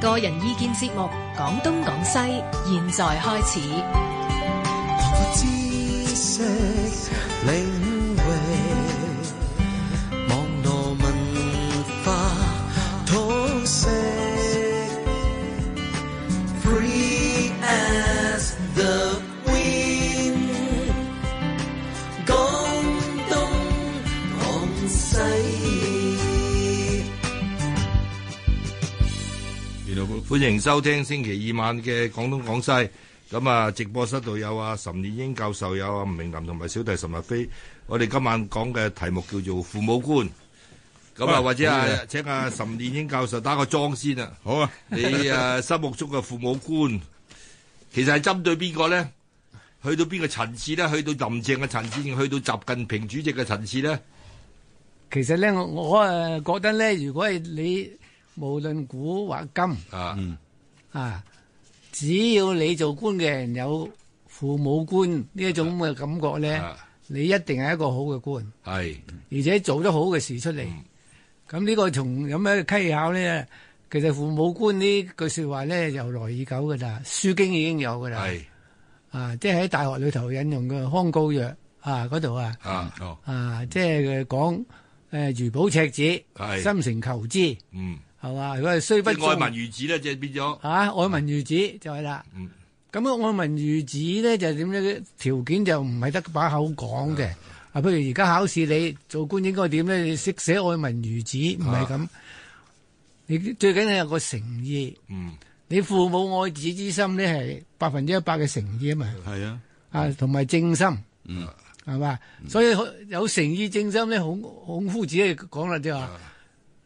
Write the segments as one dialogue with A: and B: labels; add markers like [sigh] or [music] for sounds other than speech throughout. A: 個人意見節目《講東講西》，現在開始。
B: 知識領域，網絡文化通識，Free as the wind，講東講西。
C: 歡迎收聽星期二晚嘅廣東廣西。咁啊，直播室度有啊岑烈英教授，有啊吳明林同埋小弟岑日飛。我哋今晚講嘅題目叫做父母官。咁啊，
D: 喂
C: 或者
D: 好
C: 啊
D: 嘢，
C: 請啊岑烈英教授打個莊先啊。
D: 好啊，
C: 你啊心目中嘅父母官，其實係針對邊個咧？去到邊個層次咧？去到林鄭嘅層次，定去到習近平主席嘅層次咧？
E: 其實咧，我我誒覺得咧，如果係你無論股或金
C: 啊，
E: 啊，只要你做官嘅人有父母官呢一種咁嘅感覺咧，
C: 啊
E: 你一定係一個好嘅官，
C: 係
E: 而且做得好嘅事出
C: 嗯
E: 嚟。咁呢個從有咩稽考咧？其實父母官呢句説話咧，由來已久噶啦，《書經》已經有噶啦，
C: 係
E: 啊，即係喺大學裏頭引用嘅康誥曰啊嗰度啊，
C: 啊，
D: 哦，
E: 啊，即係講誒如保赤子，
C: 係
E: 心誠求之。
C: 嗯，
E: 係嘛？如果係雖
C: 即
E: 不
C: 係愛
E: 忠
C: 民如子咧，即係變咗
E: 嚇、愛民如子就係啦
C: 嗯。
E: 咁啊，愛民如子咧就點咧？條件就唔係得把口講嘅。啊，譬如而家考試你做官應該點咧？你識寫愛民如子，唔係
C: 啊
E: 咁。你最緊要有個誠意。
C: 嗯
E: 你父母愛子之心咧係百分之一百嘅誠意啊嘛。
D: 係啊，
E: 啊，同埋正心。
D: 嗯。
E: 係嘛？所以有誠意正心咧，孔孔夫子講啦，就話：
D: 啊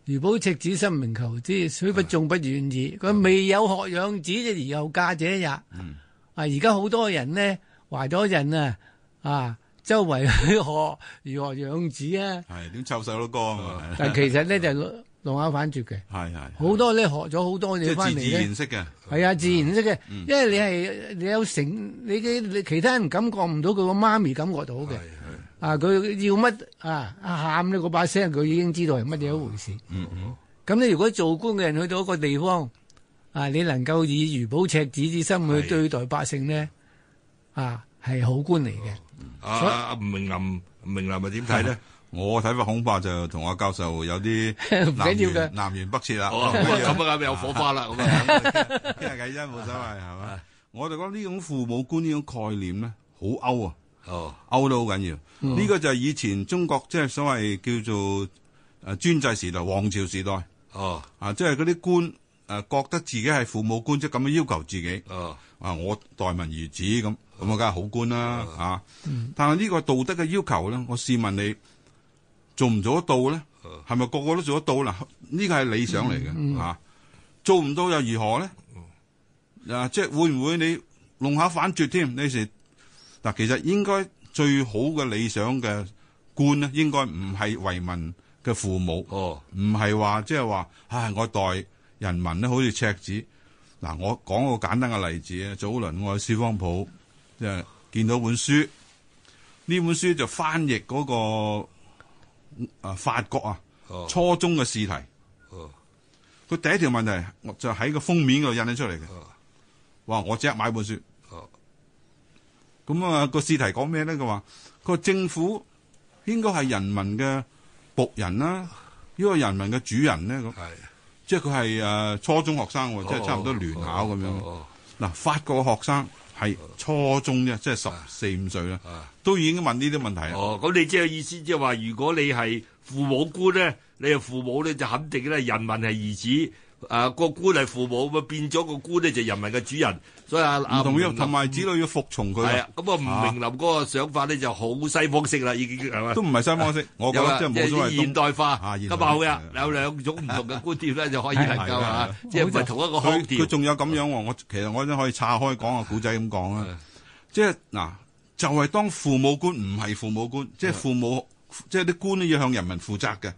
E: 如保赤子，心明求之，雖不中不遠矣。
D: 啊
E: 佢未有學養子，而有嫁者也。啊！
D: 嗯
E: 而家好多人呢，懷咗孕啊，啊，周圍 [laughs] 去學如何養子啊，
D: 係點湊細佬哥啊嘛，
E: 但其實呢，就弄巧反拙嘅，
D: 係係
E: 好多咧學咗好多
D: 啊即
E: 嘢
D: 係
E: 翻
D: 自
E: 嚟
D: 自
E: 咧
D: 然。識嘅，
E: 係啊，自然識嘅，因為你係你有成，你嘅你其他人感覺唔到，佢個媽咪感覺到嘅。啊，佢要乜啊？啊喊呢嗰把聲，佢已經知道係乜嘢一回事。咁你如果做官嘅人去到一個地方，啊，你能夠以如保赤子之心去對待百姓呢，啊，係好官嚟嘅。
C: 啊啊啊吳明林，吳明林咪點睇 [laughs] 咧？
D: 我睇法恐怕就同阿教授有啲
E: [laughs] 唔
D: 南
E: 緊要嘅
D: 轅南轅北轍啦。 [laughs]
C: [laughs] 哦，咁啊，有火花啦，咁啊，
D: 傾下偈啫，冇所謂啊係嘛。我就覺得呢種父母官呢種概念咧，好歐啊，
C: 哦，
D: 歐得好緊要。
E: 哦
D: 呢個就係以前中國即係所謂叫做呃誒專制時代、皇朝時代
C: 哦，
D: 啊，即係嗰啲官呃誒覺得自己係父母官，即係咁樣要求自己。
C: [laughs] 哦，
D: 啊，我待民如子咁，咁我梗係好官啦啊！但係呢個道德嘅要求咧，我試問你做唔做得到咧？係咪個個都做得到啦？呢個係理想嚟嘅啊！做唔到又如何咧？啊，即係會唔會你弄下反絕添？呢時嗱，其實應該最好嘅理想嘅官咧，應該唔係為民嘅父母。
C: 哦，
D: 唔係話即係話，唉，我代人民咧好似赤子。嗱，我講個簡單嘅例子啊，早輪我去書坊鋪，即係見到本書，呢本書就翻譯嗰、個啊法國啊
C: 哦
D: 初中嘅試題。
C: 哦，
D: 佢第一條問題我就喺個封面嗰度印咗出嚟嘅
C: 哦。
D: 哇！我即刻買本書。
C: 哦，
D: 咁啊個試題講咩咧？佢話佢話政府應該係人民嘅僕人啦，呢個人民嘅主人咧咁。
C: 係，
D: 即係佢係誒初中學生喎，即係差唔多聯考咁樣。
C: 哦，
D: 嗱，法國嘅學生係初中啫，即係十四五歲啦，都已經問呢啲問題啦。
C: 啊哦，咁你即係意思，即係話，如果你係父母官咧，你係父母咧，就肯定咧，人民係兒子，啊個官係父母，咁啊變咗個官咧就人民嘅主人，所以啊，啊
D: 唔同
C: 吳
D: 嘅，
C: 明
D: 同埋
C: 林
D: 子女要服從佢
C: 係
D: 啊
C: 啊，，咁啊，吳明林嗰個想法咧就好西方式啦，已經係嘛
D: 都。唔係西方式。我覺
C: 有
D: 得
C: 啦，
D: 即
C: 即
D: 係冇所
C: 係
D: 謂
C: 現代化，
D: 啊
C: 咁
D: 現代
C: 啊
D: 化
C: 好呀，
D: 係啊
C: 有兩種唔同嘅觀點咧，就可以能夠
D: 係啊
C: 啊，即係唔係同一個
D: 佢
C: 腔
D: 佢
C: 調，
D: 仲有咁樣喎，我其實我都可以岔開講個古仔咁講
C: 係
D: 啦。即係嗱，就係當父母官唔係父母官，即係父母，即係啲官都要向人民負責嘅。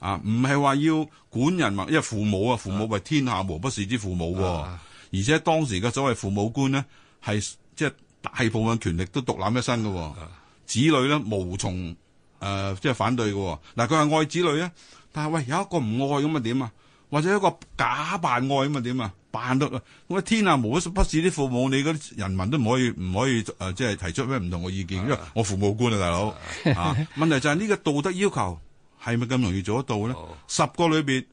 D: 啊，唔係話要管人民，因為父母啊，父母為天下無不是之父母喎。而且當時嘅所謂父母官呢，係即係大部分權力都獨攬一身嘅喎。子女咧無從誒、呃即係反對嘅喎。嗱，佢係愛子女啊，但係喂有一個唔愛咁啊點啊？或者一個假扮愛咁啊點啊？扮到我天啊，無不不是啲父母，你嗰啲人民都唔可以唔可以誒、呃即係提出咩唔同嘅意見，因為我父母官啊，大佬啊。問題就係呢個道德要求係咪咁容易做得到咧
C: 哦？
D: 十個裏邊。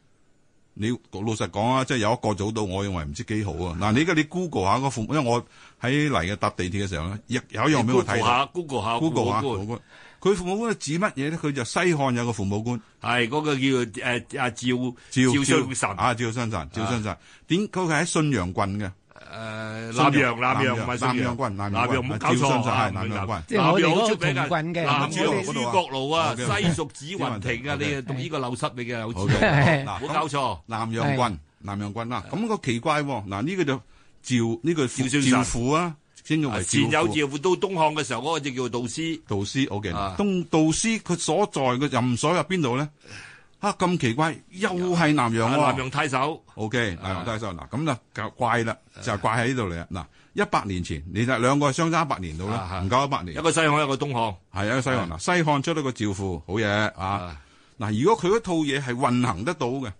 D: 你老實講啊，即係有一個做到，我認為唔知幾好啊！嗱，你而家你 Google 下個父母，因為我喺嚟嘅搭地鐵嘅時候咧，亦有一樣俾我睇
C: Google
D: 到
C: 下，Google 下
D: Google 啊，
C: 父母官
D: 父母官佢父母官係指乜嘢咧？佢就西漢有個父母官，
C: 係嗰個叫誒阿趙趙信神
D: 啊，趙信神，趙信神，點佢係喺信陽郡嘅？
C: 誒南陽南陽唔係信
D: 南陽軍南陽軍
C: 南陽唔好搞
D: 趙信
C: 錯
D: 神
C: 啊！
D: 係南陽軍
E: 即係我哋嗰個
C: 好出名啊
E: 同棍嘅
C: 南
D: 我
C: 陽
D: 知道
C: 諸葛廬啊，
D: 我知道
C: 西蜀子雲亭啊，
D: 我知道
C: 你啊讀呢個柳室你嘅有
D: 好
C: 知 [laughs] 道，
D: 嘅，
E: 係
D: 嗱
C: 唔好搞錯。
D: 南陽郡，南陽郡啦，咁個奇怪喎，嗱呢個就趙呢個
C: 趙信神
D: 趙父啊，稱佢為
C: 前
D: 趙
C: 有
D: 父
C: 趙父，到東漢嘅時候，嗰個就叫做導師。
D: 導師，OK，
C: 啊
D: 東導師佢所在嘅任所入邊度咧？啊咁奇怪，又係南陽
C: 啊南
D: 喎
C: 陽太守
D: O K，南
C: 啊
D: 陽大秀嗱，咁就怪啦，就怪喺呢度嚟啦。嗱，一百年前，你就兩個係相差一百年到
C: 啊
D: 啦，
C: 係
D: 唔夠一百年
C: 一。個西漢，一個東漢。
D: 係啊，西漢嗱，西漢出咗個趙父，好嘢啊！嗱，如果佢嗰套嘢係運行得到嘅，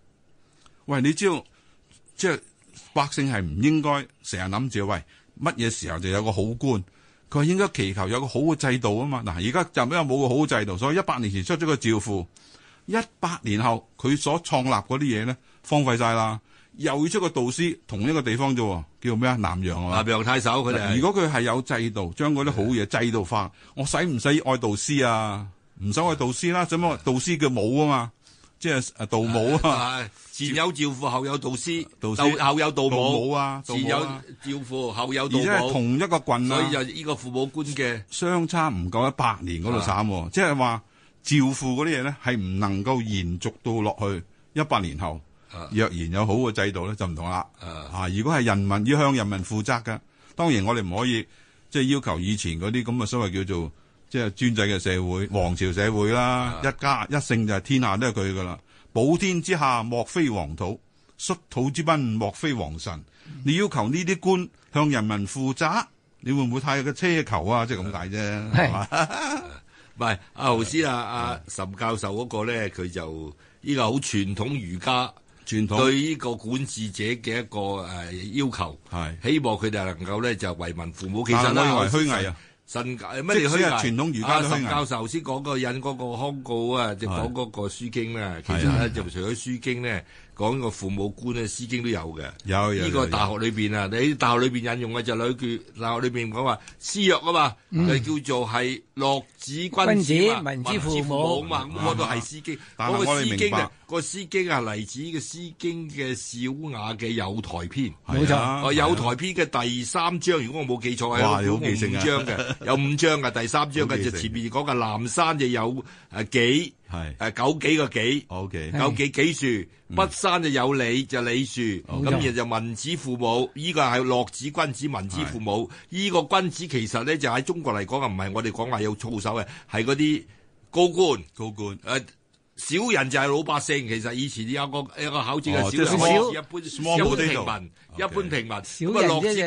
D: 喂，你知道即係百姓係唔應該成日諗住喂乜嘢時候就有個好官，佢係應該祈求有個好嘅制度啊嘛！嗱，而家就因為冇個好嘅制度，所以一百年前出咗個趙父，一百年後佢所創立嗰啲嘢咧荒廢晒啦，又要出個導師同一個地方啫喎，叫咩啊？南陽啊嘛
C: 南。陽太守佢哋係。
D: 如果佢係有制度，將嗰啲好嘢制度化，我使唔使愛導師啊？唔使愛導師啦，使乜愛導師嘅舞啊嘛，即係誒道舞啊，
C: 係前有趙父，後有導師，
D: 導師
C: 後後有道
D: 道
C: 母
D: 母。啊，道
C: 前
D: 舞
C: 有
D: 啊，
C: 趙父，後有
D: 而
C: 道
D: 且係
C: 母，
D: 同一個棍
C: 所以就
D: 啊，
C: 呢個父母官嘅
D: 相差唔夠一百年嗰度慘喎，即係話照父嗰啲嘢咧係唔能夠延續到落去一百年後。若然有好嘅制度咧，就唔同啦。啊，如果係人民要向人民負責嘅，當然我哋唔可以即係要求以前嗰啲咁嘅所謂叫做即係專制嘅社會、皇朝社會啦，一家一姓就係天下都係佢噶啦。普天之下莫非黃土，率土之濱莫非黃臣。你要求呢啲官向人民負責，你會唔會太過奢求啊？即係咁解啫，係嘛？
C: 唔係阿豪師啊，阿岑教授嗰個咧，佢就呢個好傳統儒家
D: 傳統
C: 對呢個管治者嘅一個誒要求，
D: 係。
C: 希望佢哋能夠咧就為民父母。其
D: 但
C: 實
D: 係
C: 啦，
D: 我認為虛偽啊！
C: 神教乜嘢虛
D: 即使係
C: 偽？
D: 傳統儒家都虛偽
C: 啊岑教授頭先講個引嗰個康誥啊，即係講嗰個書經咧，其實咧就除咗書經咧，講個父母官咧，詩經都有嘅。
D: 有有
C: 呢個
D: 有
C: 大學裏邊啊，你喺大學裏邊引用嘅就兩句，大學裏邊講話詩約啊嘛，
D: 嗯
C: 就叫做係樂子君子啊嘛
E: 君子民之父母
C: 啊嘛，咁嗰度係詩經。
D: 但
C: 嗰
D: 係
C: 個
D: 我哋
C: 詩經
D: 明白
C: 啊，個詩經係嚟自呢個詩經嘅小雅嘅有台篇。
E: 冇錯
D: 係啊
C: 哦，有台篇嘅第三章，如果我冇記錯係
D: 哇你
C: 有
D: 好記性啊
C: 五章
D: [laughs]
C: 嘅，有五章嘅第三章
D: 好
C: 嘅
D: 記
C: 就
D: 性
C: 前面講嘅南山就有誒杞，
D: 係
C: 誒九杞個杞，
D: OK
C: 九杞杞樹，北山就有李就李樹，
D: 嗯
C: 咁
E: 錯
C: 然後就民子父母，呢個係樂子君子民子父母，
D: 嗯
C: 呢個君子其實咧就喺中國嚟講啊，唔係我哋講話有操守嘅，係嗰啲高官。
D: 高官。
C: 誒、呃小人就係老百姓，其實以前有個有個口字嘅
D: 哦即係
C: 小人，
E: small-
C: 一般
D: small
C: 一般平
D: potato
C: 民，一般平民。
E: 小
C: 咁啊
E: 人
C: 落
E: 啫
C: 至